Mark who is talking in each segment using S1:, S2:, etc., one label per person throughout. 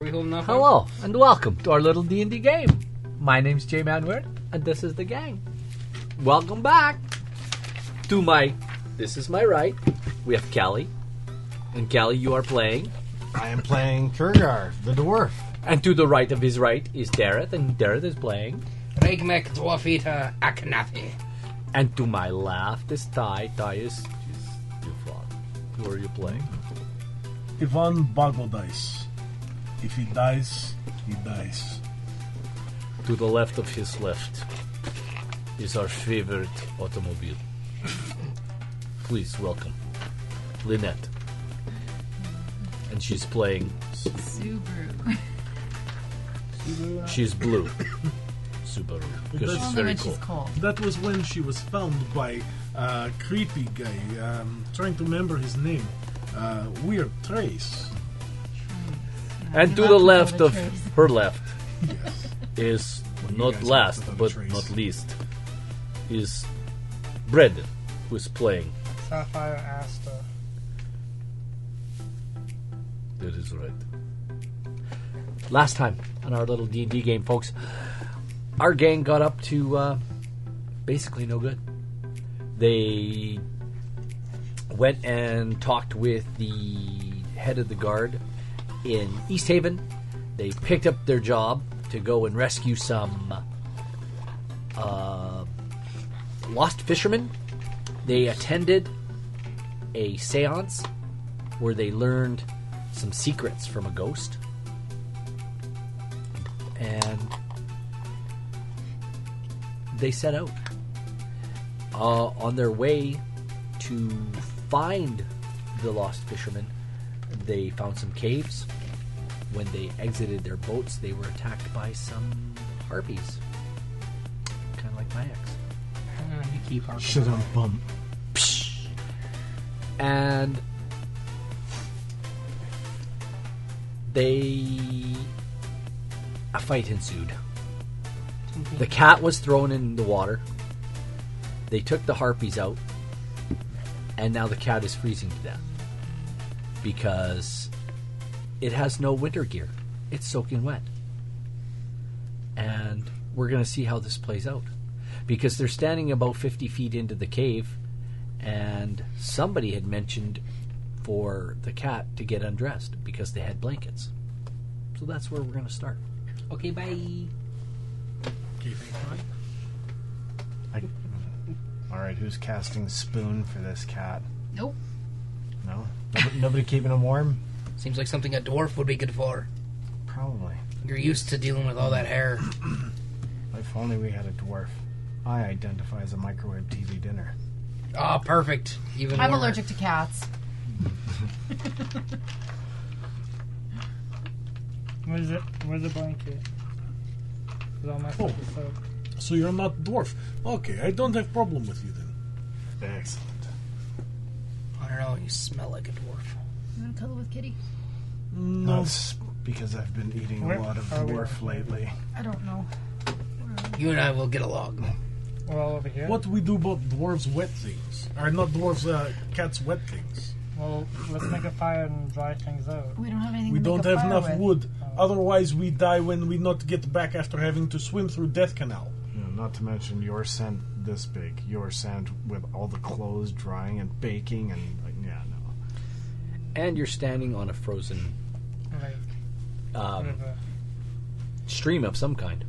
S1: We holding that far?
S2: Hello and welcome to our little D and D game. My name's Jay Manward, and this is the gang. Welcome back. To my, this is my right. We have Callie, and Callie, you are playing.
S3: I am playing Kurgar, the dwarf.
S2: And to the right of his right is Dareth, and Dareth is playing.
S1: Regmek Dwarf Eater Aknafi.
S2: And to my left is Ty. Ty is is Yvonne. Who are you playing?
S4: Ivan Boggle dies. If he dies, he dies.
S2: To the left of his left is our favorite automobile. Please welcome Lynette. And she's playing,
S5: Subaru.
S2: she's blue. Subaru. Because she's
S5: Only
S2: very
S5: when
S2: cool.
S5: she's cold.
S4: That was when she was found by a creepy guy. Um, trying to remember his name. Uh, weird Trace.
S2: And to
S5: Give up
S2: the
S5: with all
S2: left
S5: the
S2: of
S5: trees.
S2: her left
S4: Yes.
S2: is
S4: you
S2: not
S4: guys
S2: last
S4: have to
S2: but
S4: trace.
S2: not least is Brandon, who's playing.
S6: Sapphire Asta.
S2: That is right. Last time on our little D and D game, folks, our gang got up to uh, basically no good. They went and talked with the head of the guard in East Haven. They picked up their job to go and rescue some uh, lost fishermen. They attended a seance where they learned some secrets from a ghost. And they set out uh, on their way to find the lost fishermen. They found some caves. When they exited their boats, they were attacked by some harpies. Kind of like my ex.
S1: Uh, you keep our
S3: Shit on bum.
S2: and they a fight ensued. The cat was thrown in the water. They took the harpies out, and now the cat is freezing to death because it has no winter gear. It's soaking wet, and we're going to see how this plays out because they're standing about fifty feet into the cave and somebody had mentioned for the cat to get undressed because they had blankets. So that's where we're going to start.
S1: Okay, bye.
S3: All right, who's casting spoon for this cat?
S5: Nope.
S3: No, nobody, nobody keeping him warm.
S1: Seems like something a dwarf would be good for.
S3: Probably.
S1: You're used to dealing with all that hair.
S3: If only we had a dwarf. I identify as a microwave TV dinner.
S1: Ah, perfect. Even
S5: I'm
S1: warmer.
S5: allergic to cats.
S6: Where's it? Where's the blanket? 'Cause all my stuff
S4: Oh.
S6: is soaked.
S4: So you're not dwarf. Okay, I don't have problem with you then.
S3: Excellent.
S1: I don't know. You smell like a dwarf.
S5: You want to cuddle with Kitty?
S4: No.
S3: That's because I've been eating
S6: Where
S3: a lot of
S6: are we?
S3: dwarf lately.
S5: I don't know.
S1: You and I will get along.
S6: We're all over here.
S4: What we do about dwarves' wet things? Are not dwarves uh, cats' wet things?
S6: Well, let's make a fire and dry things out.
S5: We don't have anything.
S4: We
S5: to make
S4: don't
S5: a
S4: have
S5: fire
S4: enough
S5: with.
S4: wood. Otherwise, we die when we not get back after having to swim through Death Canal.
S3: You know, not to mention your scent this big, your scent with all the clothes drying and baking and like, yeah, no.
S2: And you're standing on a frozen
S6: Like,
S2: um,
S6: river.
S2: stream of some kind.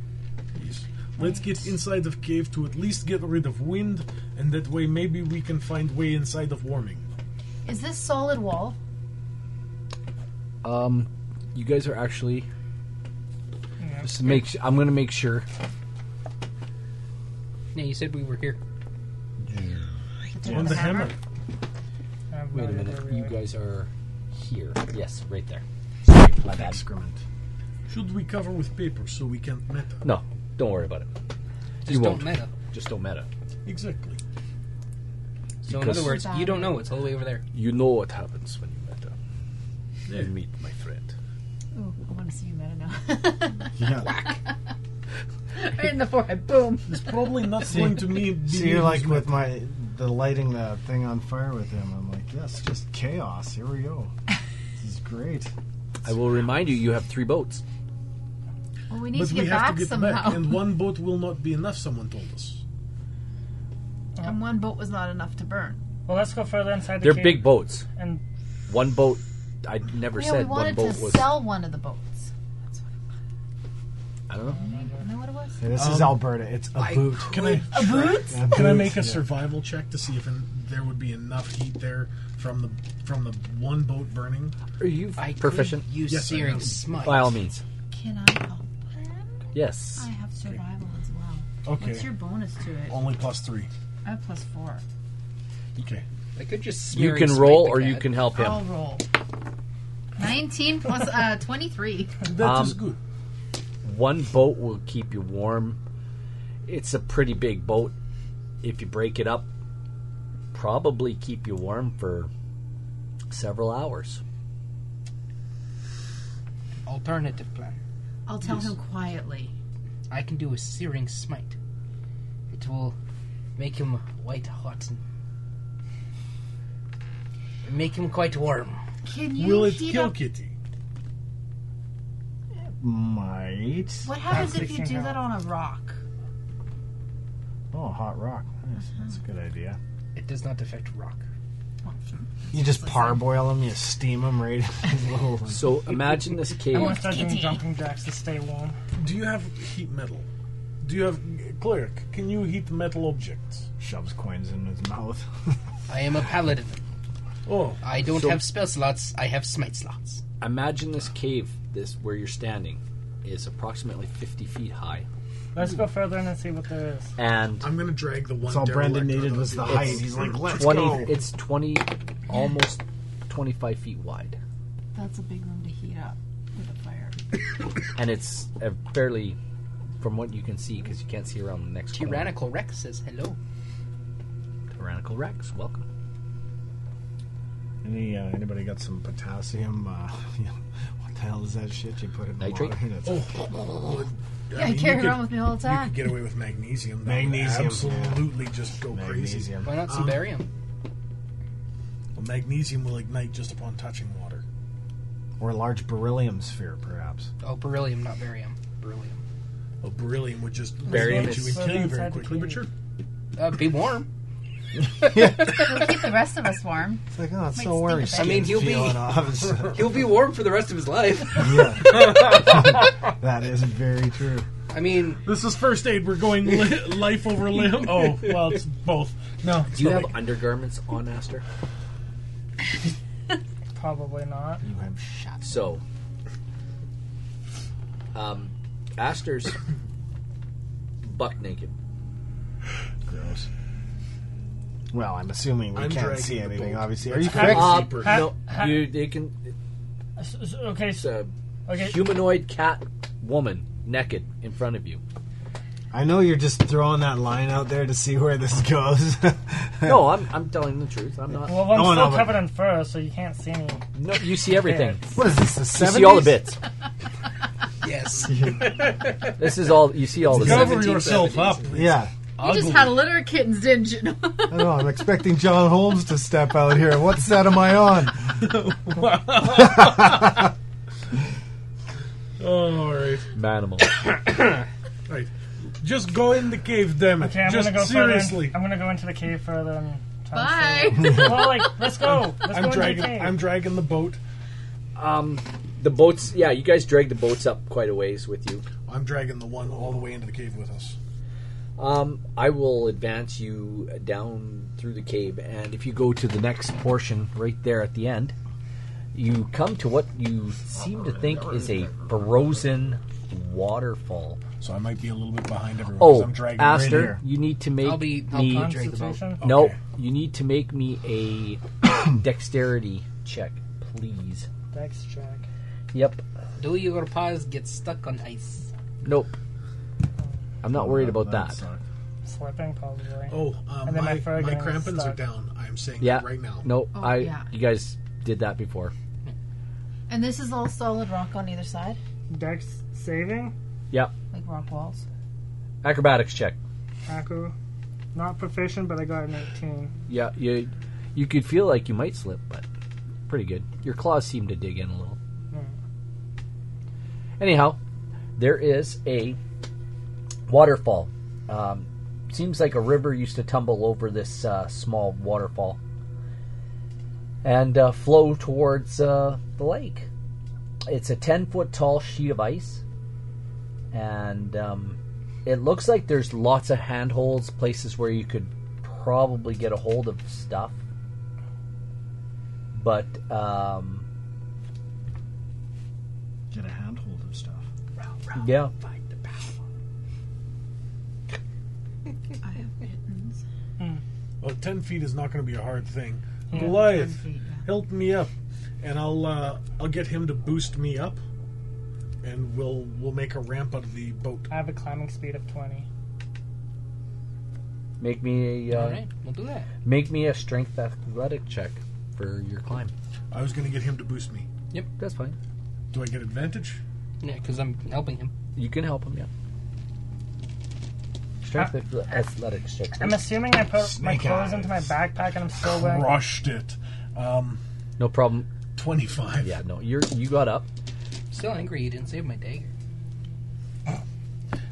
S4: Let's get inside of cave to at least get rid of wind, and that way maybe we can find way inside of warming.
S5: Is this solid wall?
S2: Um, you guys are actually
S6: Yeah.
S2: just make. I'm going to make sure.
S1: Yeah, you said we were here.
S5: To take
S4: On the hammer.
S6: I have no
S2: Wait a
S6: idea
S2: minute.
S6: where Um, we
S2: You
S6: are.
S2: guys are here. Yes, right there. My bad.
S3: Excrement.
S4: Should we cover with paper so we can't meta?
S2: No, don't worry about it.
S1: Just
S2: You
S1: don't
S2: won't.
S1: meta.
S2: Just don't matter.
S4: Exactly.
S1: So in
S2: Because-
S1: other words, you don't know. It's all the way over there.
S2: You know what happens when you matter. You meet my friend.
S5: Ooh, I want to see you meta now.
S3: Yeah.
S5: right in the forehead. Boom.
S4: It's probably not going to me. be
S3: See, you're
S4: used
S3: like
S4: meta.
S3: with my the lighting the thing on fire with him. I'm like, yes, just chaos. Here we go. This is great.
S2: I will remind you, you have three boats.
S5: Well, we need
S4: But
S5: to
S4: we
S5: get
S4: have
S5: back
S4: to get
S5: somehow.
S4: back, and one boat will not be enough. Someone told us.
S5: and one boat was not enough to burn.
S6: Well, let's go further inside the
S2: They're
S6: cave.
S2: big boats.
S6: And
S2: One boat. I never
S5: Yeah, we
S2: said one
S5: wanted
S2: boat
S5: to
S2: was.
S5: sell one of the boats. That's what
S2: I don't know.
S5: I know what it was.
S3: And this is Alberta. It's a boot.
S4: Can I?
S5: A boot?
S3: A
S4: Um, Can I
S3: boot,
S4: make a
S3: yeah.
S4: survival check to see if in, there would be enough heat there from the from the one boat burning?
S2: Are you
S1: I
S2: proficient?
S1: could use
S4: Yes, I
S1: searing
S4: know.
S1: smite.
S2: By all means.
S5: Can I help them?
S2: Yes.
S5: I have survival as well.
S4: Okay.
S5: What's your bonus to it?
S4: Only plus three.
S5: I have plus four.
S4: Okay.
S1: I could just
S2: You
S1: smearing
S2: can
S1: smite
S2: roll
S1: like
S2: or you
S1: that.
S2: can help him.
S5: I'll roll. 19 plus uh, 23.
S4: That is
S2: Um,
S4: good.
S2: One boat will keep you warm. It's a pretty big boat. If you break it up, probably keep you warm for several hours.
S1: Alternative plan.
S5: I'll tell him quietly.
S1: I can do a searing smite. It will make him white hot and make him quite warm.
S5: Can you
S4: Will it
S5: heat
S4: kill
S5: up?
S4: Kitty?
S3: Might.
S5: What happens
S6: That's
S5: if you
S6: fixing
S5: do
S6: her.
S5: that on a rock?
S3: Oh, hot rock. Nice. That's a good idea.
S1: It does not affect rock.
S3: You just parboil them, you steam them right in the little
S2: So imagine this
S6: I'm
S2: cave.
S6: gonna start doing
S5: Kitty.
S6: jumping jacks to stay warm.
S4: Do you have heat metal? Do you have cleric? Can you heat metal objects?
S3: shoves coins in his mouth.
S1: I am a paladin.
S4: Oh,
S1: I don't
S2: So-
S1: have spell slots, I have smite slots.
S2: Imagine this cave. This where you're standing is approximately 50 feet high,
S6: Let's go further in and see what there is.
S2: and
S4: I'm gonna drag the one.
S3: That's all Brandon
S4: derelict out
S3: needed
S4: of
S3: was the
S4: deal.
S3: height. He's like, let's
S2: 20.
S3: go.
S2: It's 20, almost 25 feet wide,
S5: That's a big room to heat up with a fire.
S2: and it's a fairly, from what you can see, because you can't see around the next corner.
S1: Tyrannical Rex says hello.
S2: Tyrannical Rex. Welcome.
S3: Any, uh, anybody got some potassium? Uh, you know, what the hell is that shit you put in
S2: Nitrate?
S3: the water? That's-
S4: Oh,
S5: Yeah, I,
S4: mean, you
S5: carry
S4: could-
S5: it around with me all the
S4: You
S5: time.
S4: could get away with magnesium. That
S3: Magnesium,
S4: Would absolutely just go crazy.
S3: magnesium.
S1: Why not some
S4: Um,
S1: barium?
S4: Well, magnesium will ignite just upon touching water.
S3: Or a large beryllium sphere, perhaps.
S1: Oh, beryllium, not barium. Beryllium.
S4: Well, beryllium would just
S2: Barium
S4: ignite you
S2: is-
S4: and kill you very
S6: Inside the
S4: quickly. But
S6: cave.
S4: sure,
S1: Uh, be warm.
S5: It'll keep the rest of us warm.
S3: It's like, oh, it's
S5: Might
S3: so warm.
S5: stink a bit.
S1: I mean, he'll be-
S3: Peeling off. It's-
S1: He'll be warm for the rest of his life.
S3: yeah. that is very true.
S1: I mean,
S4: this is first aid. We're going li- life over limb. Oh, well, it's both. No,
S2: Do you have undergarments on, Aster?
S6: Probably not.
S3: You have shot.
S2: So, um, Aster's buck naked.
S3: Gross. Well, I'm assuming we
S4: I'm
S3: can't
S4: dragging
S3: see
S4: the
S3: anything,
S4: bolt.
S3: obviously. Are you
S4: That's fine.
S3: correct?
S2: Uh,
S4: Super.
S2: no, you they can.
S6: S- s- okay,
S2: It's
S6: so,
S2: a
S6: okay.
S2: humanoid cat woman naked in front of you.
S3: I know you're just throwing that line out there to see where this goes.
S2: No, I'm, I'm telling the truth. I'm not.
S6: Well, I'm
S3: Oh,
S6: still
S3: no, but-
S6: covered in fur, so you can't see any
S2: No, you see everything.
S6: bits.
S3: What is this, the 70s?
S2: You see all the bits.
S1: yes.
S2: This is all you see. All the bits.
S4: cover yourself up.
S3: Yeah.
S5: You just had a litter of kittens, didn't you?
S3: I know, I'm expecting John Holmes to step out here. What set am I on?
S4: Oh, all right,
S2: Manimal.
S4: all right. Just go in the cave, damn it.
S6: Okay, I'm
S4: just
S6: gonna go
S4: seriously.
S6: further. In, I'm gonna go into the cave further and try
S5: Bye.
S6: to see. well, like, let's go. Let's
S4: I'm
S6: go into
S4: dragging.
S6: the cave.
S4: I'm dragging the boat.
S2: Um, the boats. Yeah, you guys drag the boats up quite a ways with you.
S4: I'm dragging the one all the way into the cave with us.
S2: Um, I will advance you down through the cave, and if you go to the next portion right there at the end, you come to what you seem to think is a frozen waterfall.
S4: So I might be a little bit behind everyone. 'cause
S2: Oh,
S4: I'm dragging right
S2: Aster,
S4: here.
S2: you need to make
S1: I'll be- I'll
S2: me.
S1: concentrate.
S6: Concentration?
S2: No,
S4: Okay.
S2: you need to make me a dexterity check, please.
S6: Dex check.
S2: Yep.
S1: Do your paws get stuck on ice?
S2: Nope. I'm not worried about that.
S3: sucked.
S6: Slipping, probably.
S4: Oh, um,
S6: And then
S4: my,
S6: my fur
S4: my
S6: getting
S4: crampons are
S6: stuck.
S4: down. I'm saying
S2: Yeah.
S4: that right now.
S2: No,
S5: Oh,
S2: I.
S5: yeah.
S2: You guys did that before.
S5: and this is all solid rock on either side,
S6: Dex saving?
S2: Yep.
S5: like rock walls.
S2: Acrobatics check.
S6: Aku. Not proficient, but I got an 18.
S2: Yeah, you you could feel like you might slip, but pretty good. Your claws seem to dig in a little.
S6: Hmm.
S2: Anyhow, there is a waterfall. Um, seems like a river used to tumble over this uh, small waterfall and uh, flow towards uh, the lake. It's a 10 foot tall sheet of ice, and um, it looks like there's lots of handholds, places where you could probably get a hold of stuff. But um,
S3: Get a handhold of stuff.
S2: yeah,
S5: I have kittens.
S4: Well, ten feet is not going to be a hard thing.
S6: Yeah,
S4: Goliath,
S5: 10 feet, yeah.
S4: help me up, and I'll uh, I'll get him to boost me up, and we'll we'll make a ramp out of the boat.
S6: I have a climbing speed of 20.
S2: make me a uh,
S1: All right, we'll do that.
S2: make me a strength athletic check for your climb.
S4: I was going to get him to boost me.
S2: That's fine.
S4: Do I get advantage?
S1: Yeah, because I'm helping him.
S2: You can help him, yeah. Strength athle- athletics check.
S6: I'm assuming I put
S3: Snake
S6: my clothes
S3: eyes.
S6: into my backpack and I'm still wearing.
S4: Crushed it. Um,
S2: No problem.
S4: twenty-five.
S2: Yeah, no. You you got up.
S1: Still angry you didn't save my dagger.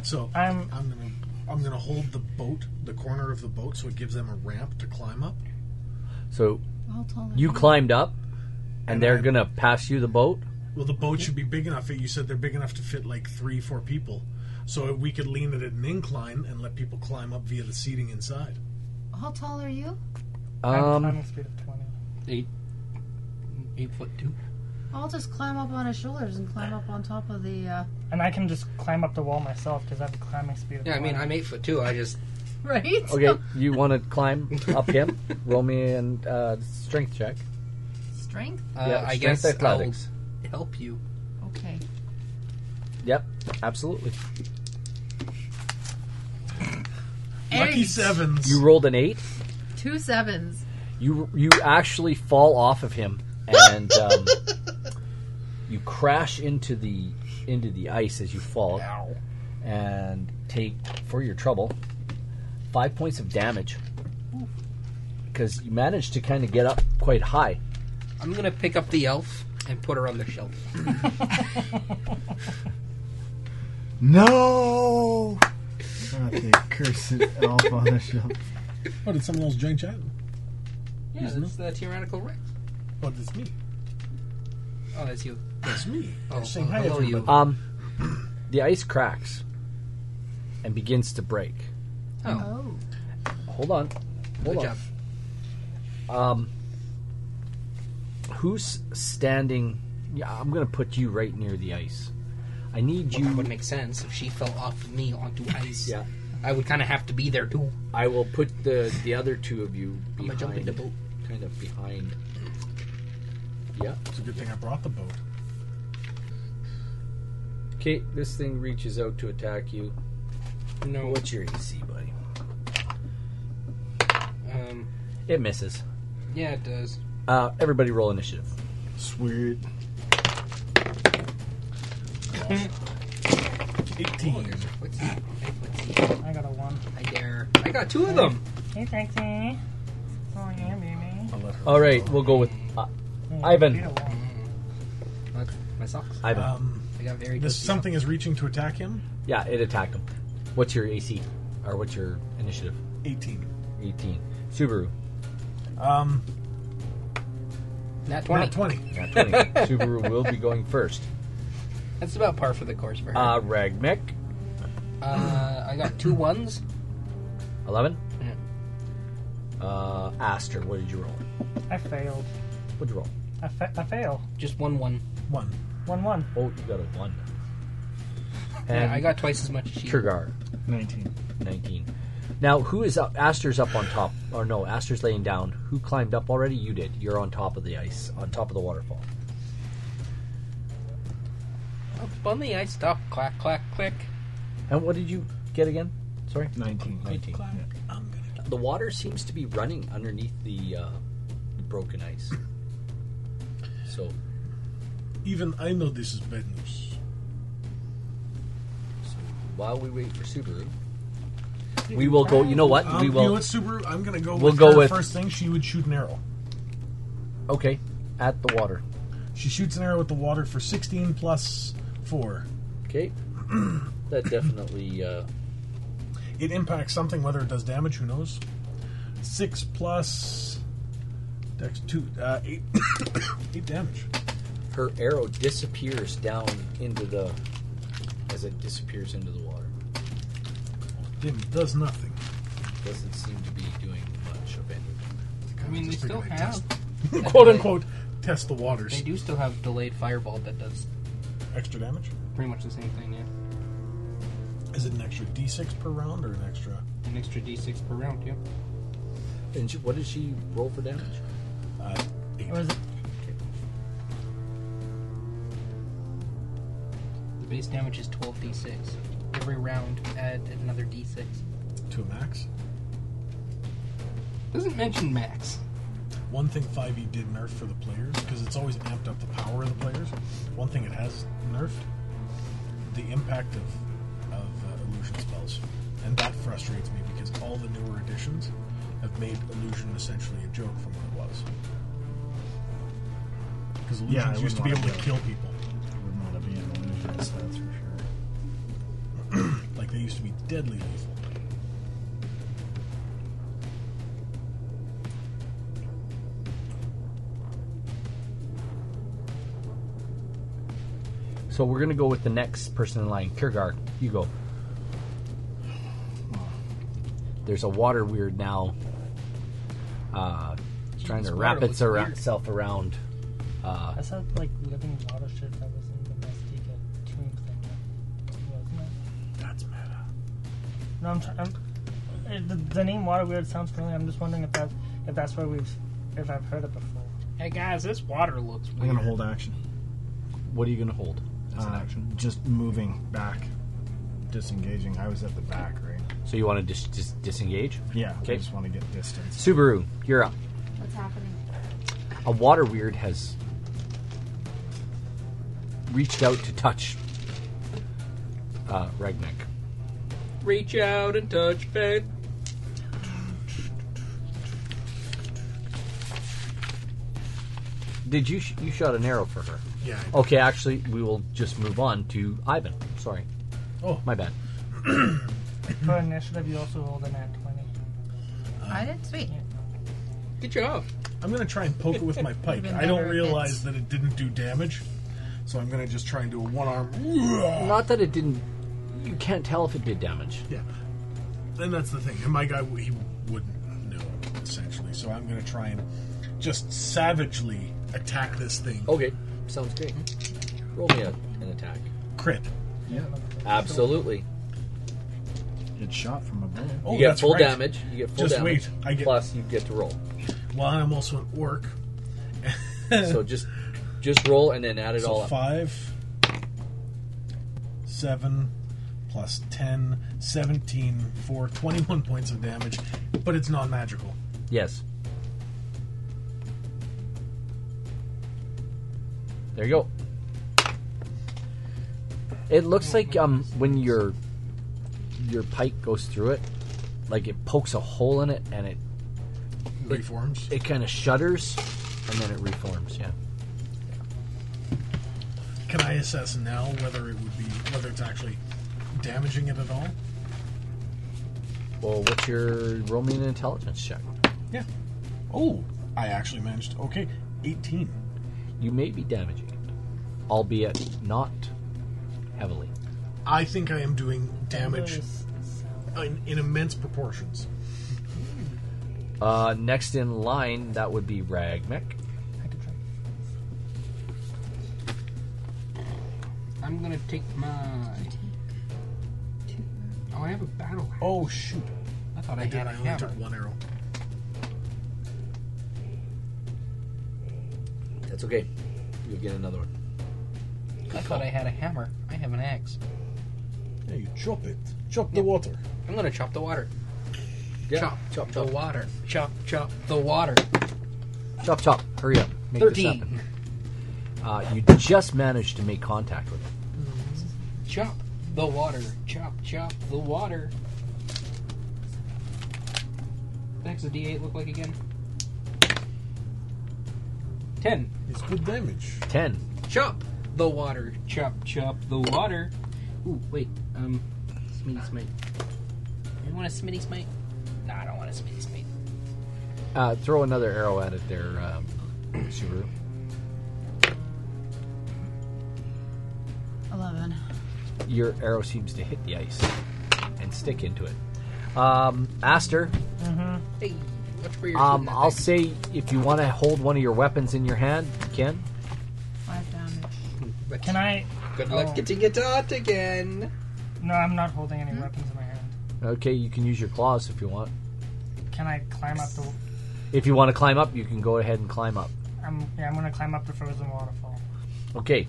S4: So
S6: I'm-
S4: I'm gonna I'm gonna hold the boat, the corner of the boat, so it gives them a ramp to climb up.
S2: So
S5: How tall are
S2: you climbed up, and
S4: And
S2: they're
S4: I'm-
S2: gonna pass you the boat.
S4: Well, the boat should be big enough. You said they're big enough to fit like three, four people. So we could lean it at an incline and let people climb up via the seating inside.
S5: How tall are you?
S6: I have a
S2: Um,
S6: climbing speed of 20.
S1: Eight, eight foot two.
S5: I'll just climb up on his shoulders and climb up on top of the. Uh,
S6: And I can just climb up the wall myself because I have a climbing speed of
S1: Yeah, I mean
S6: 20.
S1: I'm eight foot two. I just
S5: right?
S2: okay, you want to climb up him? Roll me and uh, strength check.
S5: Strength?
S1: uh,
S2: Yeah,
S1: I
S2: strength
S1: guess
S2: athletics.
S1: I'll help you.
S5: Okay.
S2: Yep, absolutely.
S4: Lucky
S5: Eight.
S4: sevens.
S2: You rolled an eight.
S5: Two sevens.
S2: You you actually fall off of him, and um, you crash into the into the ice as you fall, and take for your trouble five points of damage because you managed to kind of get up quite high.
S1: I'm gonna pick up the elf and put her on the shelf.
S3: No! Not the cursed elf on the shelf.
S4: Oh, did someone else join chat?
S1: Yeah, that's the tyrannical Rex.
S4: Oh, it's me.
S1: Oh, that's you.
S4: That's me.
S1: Oh,
S4: They're saying
S1: oh,
S4: hi,
S1: hello, you.
S4: everybody.
S2: Um, the ice cracks and begins to break.
S1: Oh,
S5: Oh.
S2: Hold on,
S1: good
S2: hold on.
S1: job.
S2: Um, who's standing? Yeah, I'm gonna put you right near the ice. I need
S1: Well, that would
S2: you.
S1: make sense if she fell off of me onto ice.
S2: Yeah.
S1: I would kind of have to be there too.
S2: I will put the the other two of you
S1: I'm gonna jump in the boat.
S2: kind of behind. Yeah.
S4: It's a good thing I brought the boat.
S2: Okay, this thing reaches out to attack you.
S1: No,
S2: What's your AC, buddy?
S1: um,
S2: It misses.
S1: yeah, it does.
S2: Uh, everybody, roll initiative.
S3: Sweet.
S4: 18.
S1: What's he? What's he?
S6: I got a 1.
S1: I dare. I got two of them.
S6: Hey, Trixie. Oh, yeah, baby.
S2: All right, we'll go with uh, Ivan.
S6: Beat a wall.
S1: Look, my socks.
S2: Ivan.
S4: Um,
S1: I got very.
S4: this
S1: dusty
S4: something is reaching to attack him.
S2: yeah, it attacked him. What's your AC, or what's your initiative?
S4: 18.
S2: 18. Subaru.
S4: Um,
S1: socks. Nat
S4: not
S1: 20.
S4: 20.
S2: Not 20. Subaru will be going first.
S1: That's about par for the course for her.
S2: Uh, Ragmek.
S1: Uh, I got two ones.
S2: 11.
S1: Yeah.
S2: Uh, Aster, what did you roll?
S6: I failed.
S2: What'd you roll?
S6: I, fa- I fail.
S1: Just one one.
S4: 1.
S6: 1 1.
S2: Oh, you got a 1.
S1: Yeah, I got twice as much as she.
S2: Kurgar.
S3: 19.
S2: 19. Now, who is up? Aster's up on top. Or no, Aster's laying down. Who climbed up already? You did. You're on top of the ice, on top of the waterfall.
S1: Up on the ice, stop. Clack, clack, click.
S2: And what did you get again? Sorry?
S3: 19.
S2: 19.
S4: I'm gonna
S2: The water seems to be running underneath the, uh, the broken ice. So,
S4: Even I know this is bad news.
S2: so while we wait for Subaru, we will go. You know what?
S4: Um,
S2: We
S4: You know
S2: will.
S4: what, Subaru? I'm gonna go
S2: We'll
S4: with
S2: go
S4: her
S2: with-
S4: first thing. She would shoot an arrow.
S2: Okay, at the water.
S4: She shoots an arrow at the water for 16 plus 4.
S2: Okay. that definitely. Uh,
S4: It impacts something, whether it does damage, who knows? Six plus dex two, uh, eight, eight damage.
S2: her arrow disappears down into the. As it disappears into the water,
S4: Dim does nothing.
S2: doesn't seem to be doing much of anything.
S1: I mean, they
S4: Just
S1: still
S4: figured I'd
S1: have.
S4: test- quote unquote, test the
S1: They
S4: waters.
S1: do still have delayed fireball that does
S4: Extra damage.
S1: pretty much the same thing, yeah.
S4: Is it an extra d6 per round or an extra?
S1: An extra d6 per round, yeah.
S2: And she, what did she roll for damage?
S4: Uh, eight.
S6: Or is it?
S1: The base damage is 12d6. Every round, add another d6.
S4: to a max?
S1: Doesn't mention max.
S4: One thing 5e did nerf for the players, because it's always amped up the power of the players, one thing it has nerfed the impact of, of uh, illusion spells. And that frustrates me because all the newer editions have made illusion essentially a joke from what it was. Because
S3: Yeah, I
S4: illusions used to be
S3: wouldn't
S4: able to
S3: wanna
S4: kill people.
S3: Would not be an illusion, that's for sure.
S4: Like they used to be deadly lethal.
S2: So we're gonna go with the next person in line, Kirgar. You go. There's a water weird now, uh, trying
S1: this water
S2: to wrap
S1: looks
S2: its ar-
S1: weird.
S2: itself around. Uh,
S6: I saw like living water shit that was in the Mastika tomb thing, wasn't it?
S4: That's meta.
S6: No, I'm. Try- I'm it, the, the name Water Weird sounds familiar. I'm just wondering if that if that's where we've if I've heard it before.
S1: Hey guys, this water looks
S3: I'm
S1: weird.
S3: gonna hold action.
S2: what are you gonna hold? As an
S3: Uh,
S2: action.
S3: Just moving back, disengaging. I was at the back, right?
S2: So you want to dis- dis- disengage?
S3: Yeah.
S2: Okay.
S3: I just want to get distance.
S2: Subaru, you're up.
S5: What's happening?
S2: A water weird has reached out to touch uh, Ragnek.
S1: Reach out and touch bed.
S2: Did you sh- you shot an arrow for her?
S4: Yeah. I-
S2: Okay, actually, we will just move on to Ivan. Sorry,
S4: Oh,
S2: my bad.
S6: For
S4: Hmm.
S6: initiative, you also rolled an at twenty.
S5: I did? Sweet.
S1: Good job.
S4: I'm gonna try and poke it with my pike.
S5: Even
S4: I don't
S5: better if
S4: realize that it didn't do damage, so I'm gonna just try and do a one arm.
S2: Not that it didn't. You can't tell if it did damage.
S4: Yeah, and that's the thing. And my guy, he wouldn't know essentially. So I'm gonna try and just savagely attack this thing.
S2: Okay, sounds great. Roll me a, an attack.
S4: Crit!
S3: Yeah.
S2: Absolutely.
S3: It's shot from a bow.
S4: Oh,
S2: you get
S4: that's
S2: full
S4: right.
S2: damage. You get full
S4: Just
S2: damage.
S4: wait, I get-
S2: Plus, you get to roll.
S4: Well, I'm also an orc,
S2: so just just roll and then add it all
S4: so
S2: up.
S4: five, seven, plus ten, seventeen, four, twenty-one points of damage, but it's non-magical.
S2: Yes. There you go. It looks like um when your your pike goes through it, like it pokes a hole in it and it
S4: Reforms.
S2: it kind of shudders and then it reforms. Yeah.
S4: Can I assess now whether it would be whether it's actually damaging it at all?
S2: Well, what's your roll me an intelligence check?
S4: Yeah. Oh, I actually managed. Okay, eighteen.
S2: You may be damaging it, albeit not heavily.
S4: I think I am doing damage
S6: Nice.
S4: in, in immense proportions.
S2: Uh, next in line that would be Ragmek.
S6: I could try.
S1: I'm gonna take my. Oh, I have a battle. axe.
S4: Oh shoot!
S1: I thought I
S4: I
S1: did.
S4: did. I only
S1: have
S4: took
S1: it.
S4: one arrow.
S2: That's okay. You'll get another one.
S1: I thought I had a hammer. I have an axe.
S4: Yeah, you chop it. Chop
S1: Yeah.
S4: the water.
S1: I'm gonna chop the water.
S2: Yeah.
S1: Chop, chop the water. Chop, chop the water.
S2: Chop, chop. Hurry up. Make This
S1: Thirteen.
S2: happen. Uh, you just managed to make contact with it.
S1: Chop the water. Chop, chop the water. What the heck's the D8 look like again? Ten.
S4: It's good damage.
S2: Ten.
S1: Chop the water. Chop, chop the water. Ooh, wait. Um, Smitty Smite. You want a Smitty Smite? No, I don't want a Smitty Smite.
S2: Uh, throw another arrow at it there, um, Subaru.
S5: 11.
S2: Your arrow seems to hit the ice and stick into it. Um, Aster,
S1: Hey, watch where you're
S2: um,
S1: shooting at
S2: I'll
S1: thing.
S2: say if you want to hold one of your weapons in your hand, you can.
S5: 5 damage.
S1: But
S6: Can I?
S1: Good luck
S6: oh.
S1: getting it out again.
S6: No, I'm not holding any weapons in my hand.
S2: Okay, you can use your claws if you want.
S6: Can I climb up the?
S2: If you want to climb up, you can go ahead and climb up.
S6: I'm yeah. I'm gonna climb up the frozen waterfall.
S2: Okay.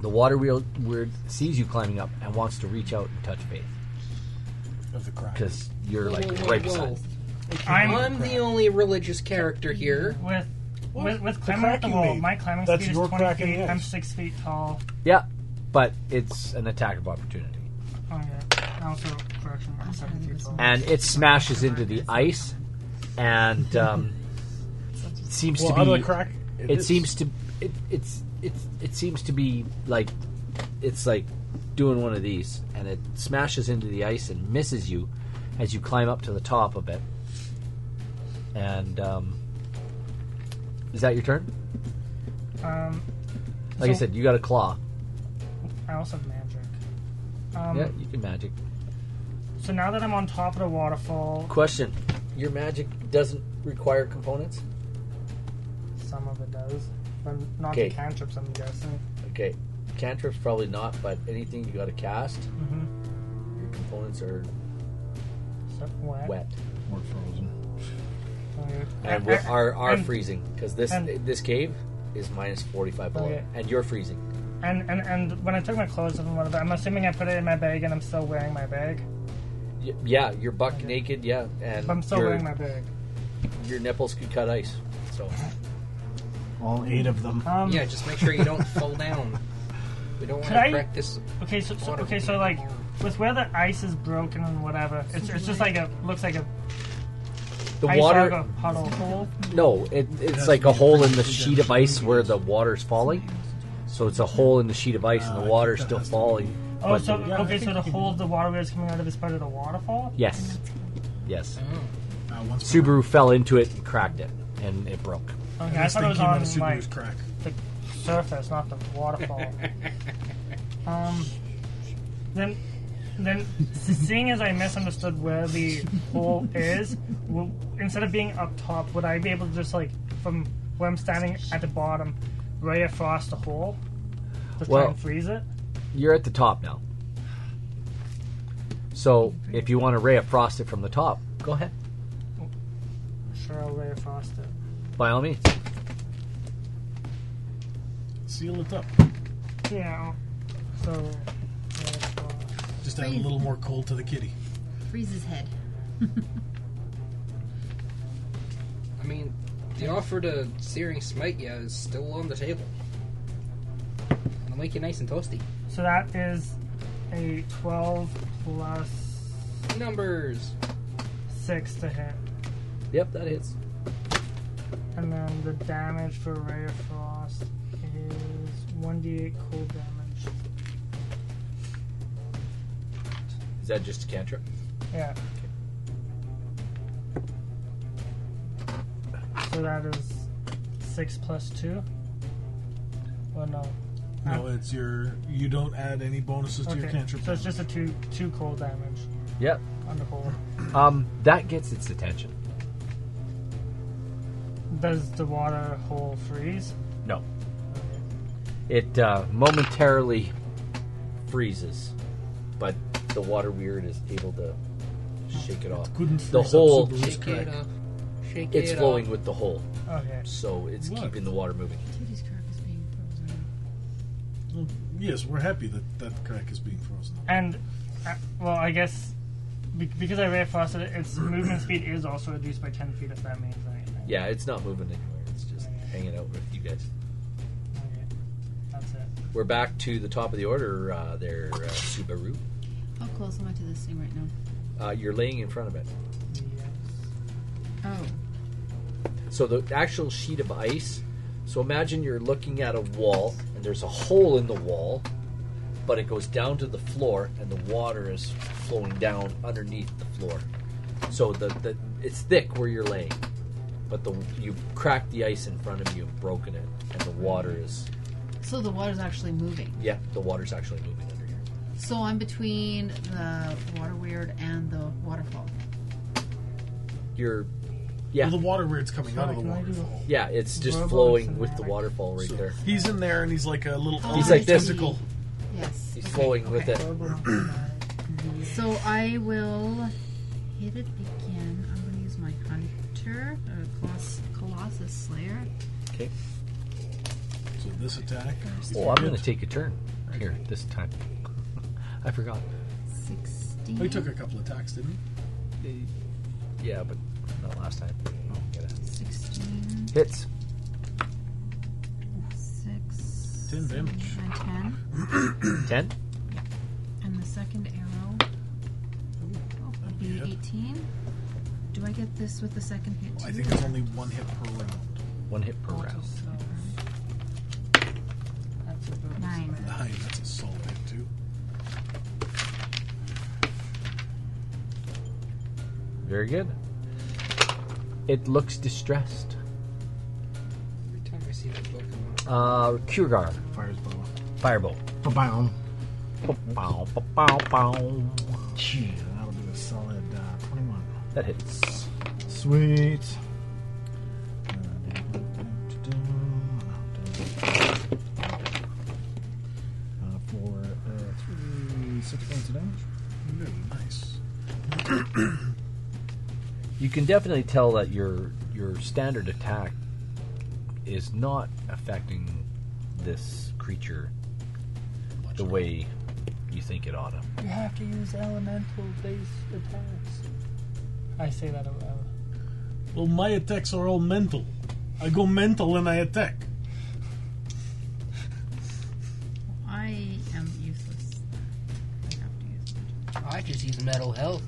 S2: The water wheel weird sees you climbing up and wants to reach out and touch Faith
S4: of the crack.
S2: because you're like
S1: Whoa, whoa,
S2: right
S1: whoa.
S2: beside.
S1: I'm,
S6: I'm-
S1: the only religious character here.
S6: With
S4: What?
S6: with, with
S4: The
S6: climbing up the
S4: crack you
S6: wall,
S4: made.
S6: my climbing
S4: That's
S6: speed is
S4: your
S6: 20
S4: crack in
S6: feet.
S4: the
S6: I'm
S4: ice.
S6: six feet tall.
S2: Yeah, but it's an attack of opportunity,
S6: Oh yeah. Also, correction, I'm seven feet tall.
S2: and it smashes into the ice, and um, seems
S4: Well,
S2: to
S4: out
S2: be.
S4: of the crack, it,
S2: it
S4: is-
S2: seems to it, it's it's it seems to be like it's like doing one of these and it smashes into the ice and misses you as you climb up to the top of it and um, is that your turn
S6: Um,
S2: like i
S6: So-
S2: said you got a claw
S6: I also have magic. Um,
S2: yeah you can magic
S6: So now that I'm on top of the waterfall,
S2: question your magic doesn't require components
S6: some of it does. But not
S2: Okay.
S6: the cantrips, I'm guessing.
S2: okay cantrips probably not but anything you got to cast
S6: Mm-hmm.
S2: your components are
S6: So, wet.
S2: wet
S4: Or frozen.
S6: Okay.
S2: and
S6: I-
S2: we
S6: I-
S2: are are
S6: and-
S2: freezing because this
S6: and-
S2: this cave is minus forty five below,
S6: Okay.
S2: and you're freezing.
S6: And, and and when I took my clothes off and whatever, I'm assuming I put it in my bag and I'm still wearing my bag.
S2: Y- yeah, you're buck naked. Yeah, and
S6: I'm still
S2: your,
S6: wearing my bag.
S2: your nipples could cut ice. So
S3: All eight of them.
S6: Um,
S1: Yeah, just make sure you don't fall down. We don't want
S6: Could
S1: to
S6: I-
S1: crack this.
S6: Okay, so, so
S1: Water.
S6: okay, so like with where the ice is broken and whatever, it's, it's just like a looks like a
S2: the
S6: ice
S2: water,
S6: log, a puddle hole.
S2: no, it, it's like a hole in the sheet of ice where the water's falling. So it's a hole in the sheet of ice,
S6: Ah,
S2: and the water's still falling.
S6: Oh,
S2: but-
S6: so
S4: yeah, I
S6: okay,
S4: think
S6: so the
S4: you can-
S6: hole the water is coming out of is part of the waterfall.
S2: yes, yes.
S4: Uh, once per round.
S2: Subaru fell into it and cracked it, and it broke.
S6: Okay,
S4: And
S6: I
S4: this
S6: thought it
S4: thing
S6: was
S4: came out of
S6: on like
S4: Subaru's crack.
S6: the surface, not the waterfall. um, then, then, seeing as I misunderstood where the hole is, will, instead of being up top, would I be able to just like from where I'm standing at the bottom, ray of frost the hole, just
S2: Well-
S6: try and freeze it?
S2: You're at the top now. So if you want to ray of frost it from the top, go ahead.
S6: Sure, I'll ray of frost it.
S2: By all means.
S4: Seal it up.
S6: Yeah. So, ray of frost.
S4: Just add a little more cold to the kitty.
S5: Freeze his head.
S1: I mean, the offer to Searing Smite you is still on the table. It'll make you nice and toasty.
S6: so that is a twelve plus
S1: Numbers!
S6: six to hit.
S2: Yep, that hits.
S6: And then the damage for Ray of Frost is 1d8 cold damage.
S2: Is that just a cantrip?
S6: Yeah. So that is 6 plus 2. Well, no.
S4: No, it's your. You don't add any bonuses to your
S6: Okay.
S4: cantrip.
S6: So it's just a 2 two cold damage
S2: Yep.
S6: on the whole.
S2: Um, that gets its attention.
S6: Does the water hole freeze?
S2: No. It uh, momentarily freezes, but the water weird is able to shake it off.
S4: couldn't
S2: The
S4: freeze up
S2: hole,
S4: Subaru. Who's
S1: Shake it
S4: crack?
S1: up. Shake
S2: it's
S1: it up.
S2: flowing with the hole,
S6: Okay.
S2: so it's
S4: What?
S2: keeping the water moving.
S5: Kitty's crack is being frozen.
S4: Well, yes, we're happy that that crack is being frozen.
S6: And, uh, well, I guess be- because I Ray of Frost, it, its movement speed is also reduced by 10 feet if that means anything.
S2: Yeah, it's not moving anywhere. It's just hanging out with you guys.
S6: Okay. That's it.
S2: We're back to the top of the order uh, there, uh, Subaru.
S5: How close am I to this thing right now?
S2: Uh, you're laying in front of it.
S5: Oh.
S2: So the actual sheet of ice. So imagine you're looking at a wall, and there's a hole in the wall, but it goes down to the floor, and the water is flowing down underneath the floor. So the, the it's thick where you're laying, but the you cracked the ice in front of you, and broken it, and the water is
S5: So the water's actually moving.
S2: yeah, the water's actually moving under here.
S5: So I'm between the water weird and the waterfall.
S2: You're yeah
S4: Well, the water weird's coming out of the
S6: Can I do-
S4: waterfall.
S2: yeah, it's just
S6: Verbal
S2: flowing with the
S6: semantics.
S2: waterfall right
S4: So
S2: there.
S4: he's in there and he's like a little. Oh,
S5: He's
S2: like this.
S4: tentacle.
S5: Yes.
S2: He's
S5: okay,
S2: flowing with
S5: okay.
S2: it.
S5: So I will hit it again. I'm going to use my hunter, uh, Coloss- Colossus Slayer.
S2: Okay.
S4: So this attack.
S2: Oh, I'm going to take a turn here this time. I forgot.
S5: 16.
S4: Oh, he took a couple attacks, didn't
S2: Yeah, but not last time.
S5: 16.
S2: Hits.
S5: 6.
S4: Ten damage.
S5: And 10.
S2: Ten.
S5: And the second arrow would be
S4: Yep.
S5: 18. Do I get this with the second hit?
S4: he? I
S5: too?
S4: think it's only one hit per round.
S2: One hit per
S5: Oh,
S2: round.
S5: just so.
S6: That's a bonus.
S5: Nine.
S4: Nine. That's a solid hit too.
S2: Very good. It looks distressed.
S1: Every time I see that book, I'm like,
S2: Uh, Kurgar.
S3: Fires bow.
S2: Firebolt.
S3: Ba-bow.
S2: Bow, bow, bow, bow.
S3: Gee, that'll do a solid uh, 21.
S2: That hits.
S3: Sweet. Uh, for uh, three, six points of damage.
S4: Ooh, nice.
S2: You can definitely tell that your your standard attack is not affecting this creature the way you think it ought to.
S6: You have to use elemental based attacks. I say that out loud.
S4: Well, my attacks are all mental. I go mental and I attack.
S5: I am useless. I have to use it.
S1: I just use mental health.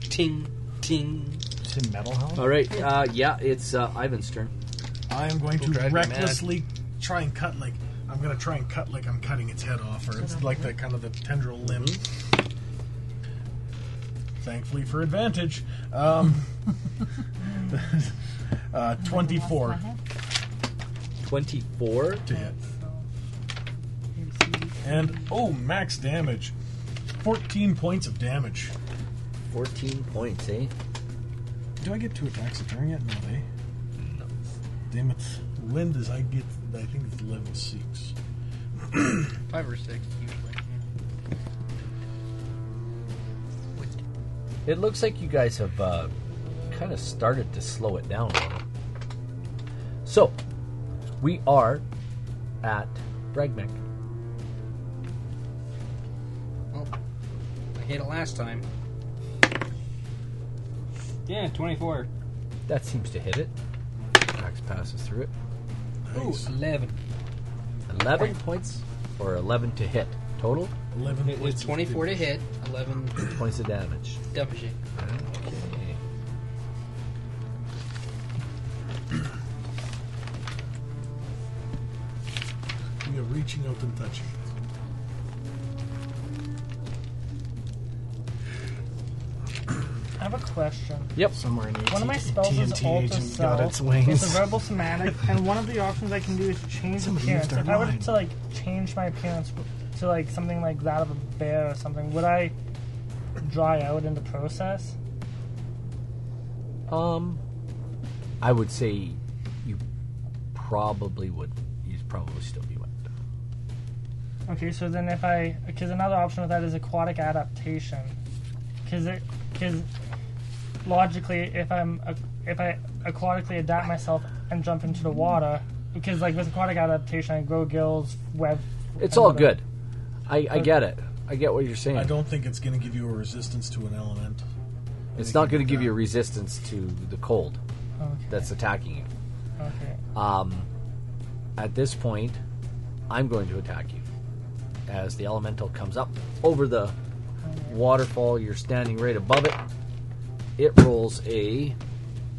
S1: Ting, ting.
S3: Is it metal helmet?
S2: All right. Uh, yeah, it's uh, Ivan's turn.
S4: I am going
S1: Don't try to
S4: to
S1: be mad.
S4: recklessly try and cut like I'm going to try and cut like I'm cutting its head off, or it's like that kind of the tendril limb. Thankfully for advantage, um, uh, twenty-four
S5: Lost my head.
S2: Twenty-four.
S4: to hit,
S5: Maybe
S4: and oh, max damage, fourteen points of damage.
S2: 14 points, eh?
S4: Do I get two attacks a turn yet? No, they. Damn it, Lind is I get. I think it's level six.
S1: Five or six, usually.
S2: It looks like you guys have uh, kind of started to slow it down. a little. So, we are at Bragmec.
S1: Well, Oh, I hit it last time. Yeah, 24.
S2: That seems to hit it. Axe passes through it.
S4: Nice.
S1: Ooh, 11.
S2: 11 points or 11 to hit. Total
S4: Eleven.
S1: It was
S4: points of
S1: 24 to hit, 11
S2: points of damage.
S1: damage.
S2: Okay.
S4: We are reaching out and touching.
S6: I have a question.
S2: Yep.
S3: Somewhere in AT-
S6: One of my spells is
S3: TNT
S6: alter
S3: agent got
S6: self.
S3: its wings.
S6: It's a verbal semantic, and one of the options I can do is change
S3: Somebody
S6: appearance.
S3: used our
S6: If I were
S3: line.
S6: to like change my appearance to like something like that of a bear or something, would I dry out in the process?
S2: Um, I would say you probably would. You'd probably still be wet.
S6: Okay, so then if I, because another option with that is aquatic adaptation, because it, because logically, if I'm a- if I aquatically adapt myself and jump into the water, because like with aquatic adaptation, I grow gills, web.
S2: It's
S6: and
S2: all
S6: whatever.
S2: good. I, I get it. I get what you're saying.
S4: I don't think it's going to give you a resistance to an element.
S2: It's not going to give you a resistance to the cold
S6: oh, Okay.
S2: that's attacking you.
S6: okay.
S2: Um, at this point, I'm going to attack you. As the elemental comes up over the waterfall, you're standing right above it. It rolls a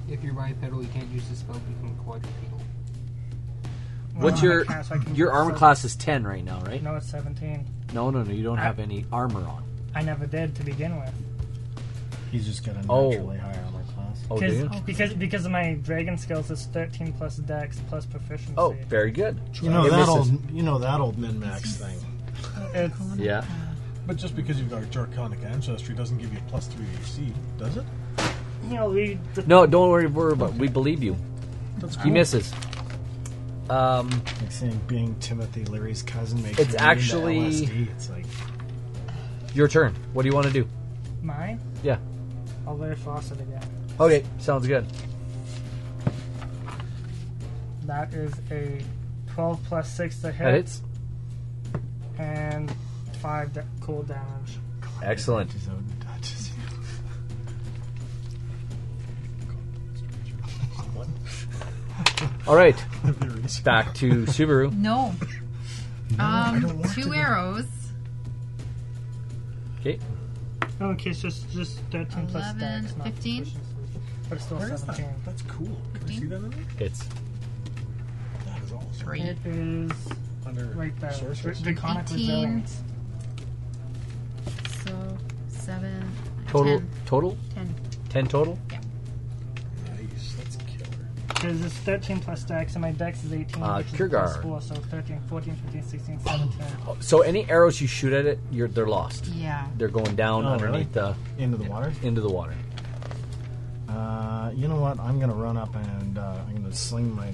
S1: If you're bipedal, you can't use the spell become quadrupedal.
S2: What's
S6: I'm a
S2: your
S6: mechanic, so I can-
S2: your armor
S6: so-
S2: class is ten right now, right?
S6: No, it's 17.
S2: No, no, no. You don't have any armor on.
S6: I never did to begin with.
S3: He's just got a
S2: Oh.
S3: naturally high armor class.
S2: Oh, do
S6: Because
S2: you?
S6: because because of my dragon skills is 13 plus dex plus proficiency.
S2: Oh, very good.
S3: You know
S2: It
S3: that
S2: misses.
S3: old, you know that old min max thing.
S6: It's,
S2: Yeah.
S4: But just because you've got Draconic ancestry doesn't give you a plus three to your C, does it?
S6: you know, we, the,
S2: No, don't worry, worry about. We believe you.
S4: That's
S2: He misses. Um,
S3: Like saying being Timothy Leary's cousin makes
S2: It's
S3: you immune to
S2: actually-
S3: LSD. It's like
S2: your turn. What do you want to do?
S6: mine.
S2: Yeah.
S6: I'll let it faucet again.
S2: Okay, sounds good.
S6: That is a 12 plus 6 to hit
S2: That hits.
S6: and 5 da- cool damage.
S2: Excellent.
S3: he's out and touches you.
S2: All right,
S3: Leary's-
S2: back to Subaru.
S5: No.
S3: don't
S5: Um,
S3: want to
S5: two
S3: know.
S5: arrows.
S2: Okay,
S6: Oh, okay, it's just, just 13 plus
S5: 11,
S6: dex. not
S5: 15?
S6: proficiency. But it's still
S4: Where is that?
S6: 17.
S4: That's cool. Can I see that in there?
S2: it's
S4: That is awesome.
S5: Three.
S6: It is
S4: Under
S6: right there.
S4: sorceress.
S6: Draconic
S5: 18.
S6: resilience.
S5: So seven.
S2: total total
S5: Ten. ten.
S2: ten total.
S4: Nice. That's killer.
S6: Because it's 13 plus dex, and my dex is 18.
S2: Uh,
S6: which is
S2: Kurgar.
S6: plus 4, so 13, 14, 15, 16, 17.
S2: So any arrows you shoot at it, you're they're lost.
S5: Yeah.
S2: They're going down
S3: Oh,
S2: underneath
S3: into the water.
S2: the into the water.
S3: Uh, you know what? I'm gonna run up and uh, I'm gonna sling my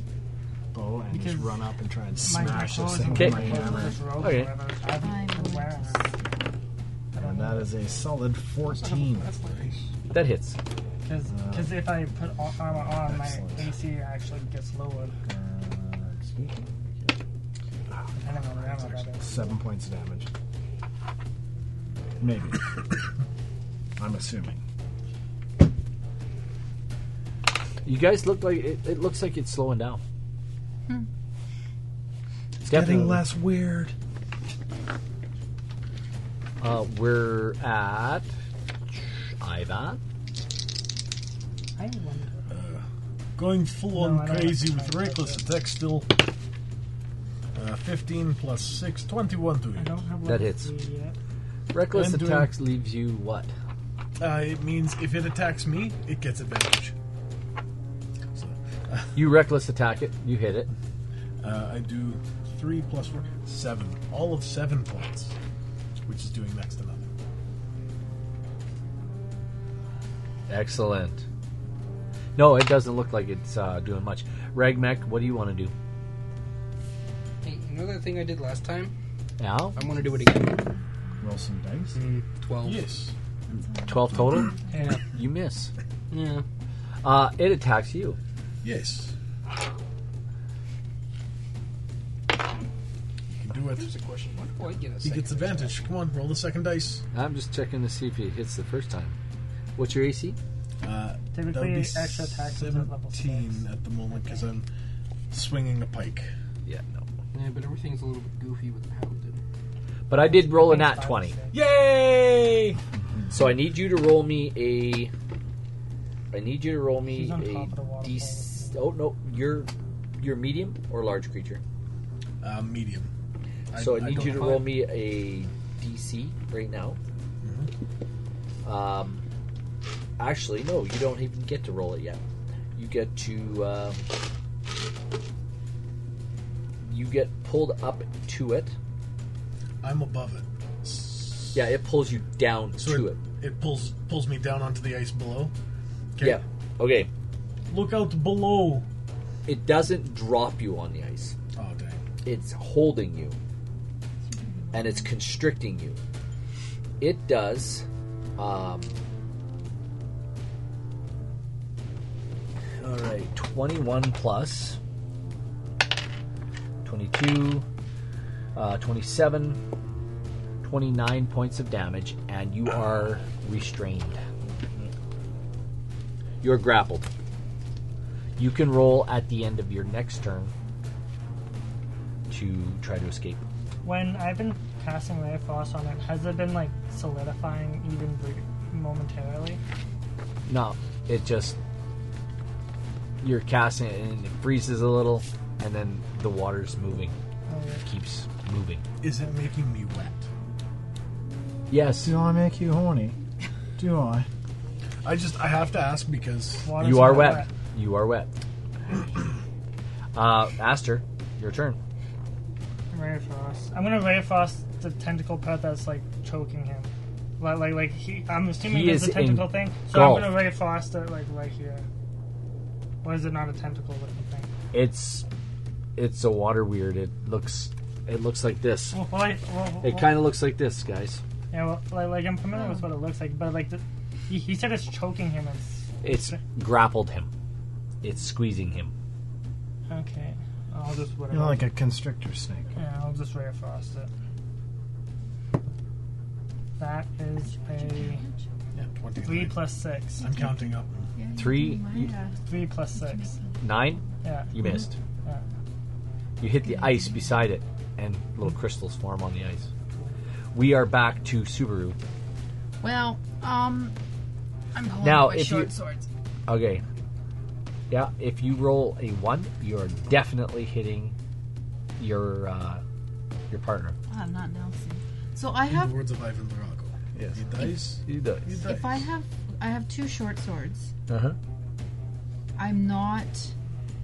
S3: bow and
S6: Because
S3: just run up and try and
S6: My- my
S3: smash this
S6: clothes
S3: thing
S6: and
S2: Okay.
S3: with my
S6: my clothes
S3: hammer.
S6: just rolled
S2: Okay.
S6: wherever I was
S5: I'm going
S6: wearing
S5: to
S6: it.
S3: And that is a solid 14.
S4: That's nice.
S2: That hits.
S6: Because if I put ar- armor on, my
S3: uh, Excellent.
S6: AC actually gets lowered.
S3: Uh, excuse me.
S6: Depending on the armor, that is.
S3: Seven points of damage. Maybe. I'm assuming.
S2: You guys look like it, it looks like it's slowing down. It's
S3: Getting less weird.
S2: Uh, we're at Ivan.
S6: I wonder.
S4: Going full
S6: No, I
S4: on
S6: don't
S4: crazy
S6: like
S4: with
S6: the
S4: reckless
S6: concept.
S4: attack still. Uh, 15 plus 6, 21 to
S6: I
S4: hit.
S6: don't have
S2: That
S6: level
S2: hits.
S6: three yet.
S2: Reckless
S4: I'm doing-
S2: attacks leaves you what?
S4: Uh, it means if it attacks me, it gets advantage. So,
S2: You reckless attack it. You hit it.
S4: uh, I do 3 plus 4, 7. All of 7 points, which is doing next to nothing.
S2: Excellent. No, it doesn't look like it's uh, doing much. Ragmech, what do you want to do?
S1: Hey, you know that thing I did last time?
S2: Now,
S1: I'm gonna do it again.
S3: Roll some dice.
S1: Hmm,
S4: Oh.
S1: Twelve.
S4: Yes.
S2: twelve total.
S6: Yeah.
S2: You miss.
S1: Yeah.
S2: Uh, it attacks you.
S4: Yes. You can do it. There's a question.
S1: Oh, I get a
S4: He
S1: second.
S4: gets advantage. Come on, roll the second dice.
S2: I'm just checking to see if it hits the first time. What's your AC?
S4: Uh,
S6: Typically,
S4: that'll be
S6: extra attack is at level
S4: seventeen
S6: six.
S4: at the moment because I'm swinging a pike.
S2: Yeah, no.
S1: Yeah, but everything's a little bit goofy with how it did.
S2: But I did roll a nat
S6: Five or
S2: twenty,
S6: six.
S4: Yay!
S2: so I need you to roll me a. I need you to roll me
S6: She's on top of the
S2: a
S6: waterfall.
S2: D. Oh no, you're you're medium or large creature.
S4: Uh, medium.
S2: So I, need
S4: don't
S2: you to
S4: find-
S2: roll me a DC right now. Um, actually, no, you don't even get to roll it yet. You get to um, you get pulled up to it.
S4: I'm above it.
S2: Yeah, it pulls you down
S4: So
S2: to
S4: it,
S2: it.
S4: it pulls pulls me down onto the ice below. 'Kay.
S2: Yeah. Okay.
S4: Look out below.
S2: It doesn't drop you on the ice.
S4: Oh dang.
S2: It's holding you, and it's constricting you. It does. Um, all right, twenty-one plus twenty-two, uh, twenty-seven, twenty-nine points of damage, and you are restrained. You're grappled. You can roll at the end of your next turn to try to escape.
S6: When I've been casting Ray of Frost on it, has it been like solidifying even br- momentarily?
S2: No, it just you're casting it and it freezes a little, and then the water's moving,
S6: Oh, yeah.
S2: keeps moving.
S4: Is it making me wet?
S2: Yes,
S3: Do I make you horny? Do I?
S4: I just I have to ask because
S6: Water's
S2: you are
S6: not
S2: wet. You are wet. Uh, Aster, your turn.
S6: Ray Frost. I'm gonna Ray Frost the tentacle pet that's like choking him. Like, like, like he. I'm assuming
S2: He
S6: it's
S2: is
S6: a tentacle thing. So
S2: engulfed.
S6: I'm gonna Ray Frost it like right here. Why is it not a tentacle looking thing?
S2: It's it's a water weird. It looks it looks like this.
S6: Well, like, well,
S2: It kind of looks like this, guys.
S6: of. Yeah, well, like, like I'm familiar with what it looks like, but like the, he, he said it's choking him. It's
S2: It's grappled him. It's squeezing him.
S6: okay. I'll just whatever.
S3: You're like a constrictor snake.
S6: yeah, I'll just Ray Frost it. That is a
S4: yeah, twenty
S6: three plus six.
S4: I'm counting up.
S2: Three-
S5: You, might, uh,
S6: Three plus six.
S2: Nine.
S6: Yeah.
S2: You missed.
S6: Yeah.
S2: You hit the ice beside it, and little crystals form on the ice. We are back to Subaru.
S5: well, um, I'm holding
S2: Now,
S5: my
S2: if
S5: short
S2: you-
S5: swords.
S2: Okay. Yeah, if you roll a one, you are definitely hitting your uh, your partner.
S5: Ah, I'm not Nelson. So I
S4: In
S5: have
S4: the words of Ivan Virago.
S2: Yes.
S4: He dies.
S2: You does.
S4: He dies.
S5: if I have I have two short swords.
S2: Uh huh.
S5: I'm not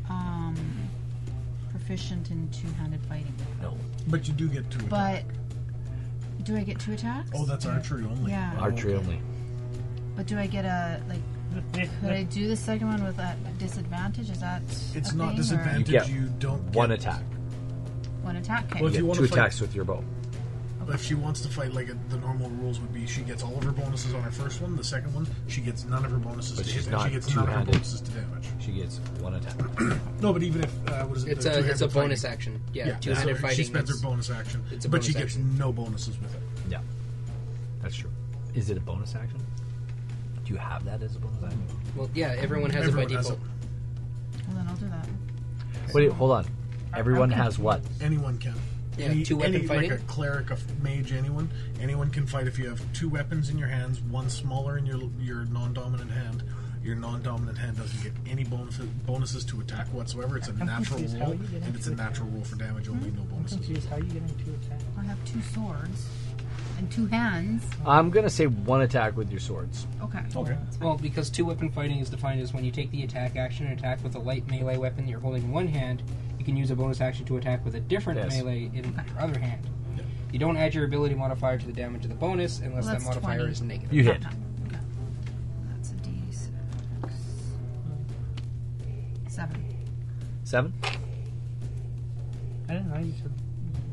S5: um, proficient in two-handed fighting,
S2: No.
S4: but you do get two.
S5: but
S4: attack.
S5: do I get two attacks?
S4: oh, that's archery only.
S5: Yeah.
S4: Oh,
S2: Archery
S4: okay.
S2: only.
S5: But do I get a like?
S6: The-
S5: Could I
S6: the-
S5: do the second one with that disadvantage? Is that
S4: It's
S5: a
S4: not
S5: thing, or-
S4: disadvantage.
S2: You get
S4: You, don't get
S2: One attack.
S5: One attack. Okay.
S2: You
S4: Well, If you
S2: get
S4: wanna
S2: two
S4: fight-
S2: attacks with your bow.
S4: If she wants to fight, like the normal rules would be, she gets all of her bonuses on her first one. The second one, she gets none of her bonuses
S2: But
S4: to
S2: she's
S4: hit, and
S2: not
S4: she gets none of her
S2: two-handed.
S4: bonuses to damage.
S2: She gets one attack.
S4: No, but even if uh, what is it?
S1: It's
S4: the
S1: a
S4: two-handed
S1: it's a bonus
S4: fighting-
S1: action. Yeah,
S4: Yeah,
S1: two handed
S4: so
S1: fighting.
S4: She spends
S1: is-
S4: her bonus action,
S1: it's a
S4: but
S1: bonus
S4: she gets
S1: action.
S4: no bonuses with it.
S2: Yeah. That's true. Is it a bonus action? Do you have that as a bonus action?
S1: Well, yeah, everyone has
S4: Everyone
S1: it by
S4: has
S1: default.
S5: Well, then I'll do that.
S2: Wait, hold on. Everyone has what?
S4: Anyone can.
S1: Yeah,
S4: any,
S1: two-weapon
S4: any,
S1: fighting?
S4: Like a cleric, a f- mage, anyone, anyone can fight if you have two weapons in your hands, one smaller in your your non-dominant hand. Your non-dominant hand doesn't get any bonuses bonuses to attack whatsoever. It's a natural
S6: confused. How
S4: rule,
S6: are you getting
S4: and it's a
S6: two
S4: natural rule for damage only, no
S6: Hmm? I'm
S4: bonuses.
S6: confused. How are you getting two attacks?
S5: I have two swords and two hands.
S2: I'm gonna say one attack with your swords.
S5: Okay.
S4: Okay.
S5: fine.
S1: Well, because two weapon fighting is defined as when you take the attack action and attack with a light melee weapon that you're holding in one hand, you can use a bonus action to attack with a different
S2: Yes.
S1: melee in your other hand. You don't add your ability modifier to the damage of the bonus unless that
S5: Well, that's
S1: modifier
S5: 20.
S1: is negative.
S2: You hit.
S5: Okay. That's a D6. Seven.
S2: Seven?
S6: I didn't know you could.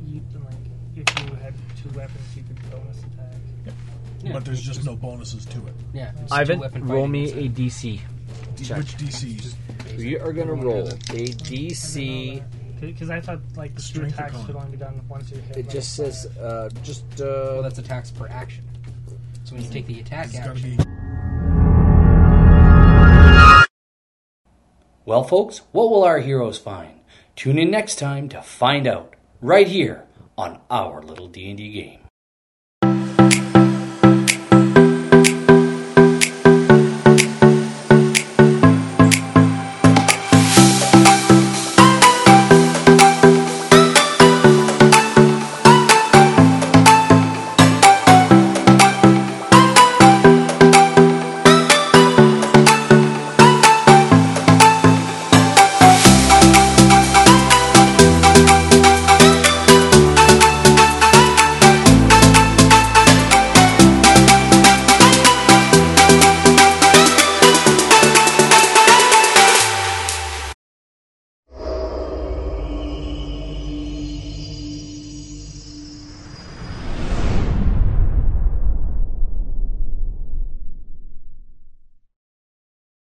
S6: You, like, if you had two weapons, you could bonus attack.
S1: Yeah.
S4: But there's just no bonuses to it.
S1: Yeah. it's
S2: Ivan,
S1: two-weapon
S2: roll
S1: fighting,
S2: me
S1: so
S2: a DC.
S4: D-
S2: Check.
S4: Which DCs?
S2: We are gonna
S1: Everyone
S2: roll
S1: has
S2: a DC.
S6: Because I thought like the two
S4: Strength or
S6: attacks
S4: con?
S6: could only be done once you hit.
S2: It
S6: level
S2: just
S6: five.
S2: says, uh, just,
S1: Well,
S2: uh,
S1: that's attacks per action. So when you take the attack
S4: It's got to
S1: action,
S4: be.
S7: Well, folks, what will our heroes find? Tune in next time to find out, right here on our little D&D game.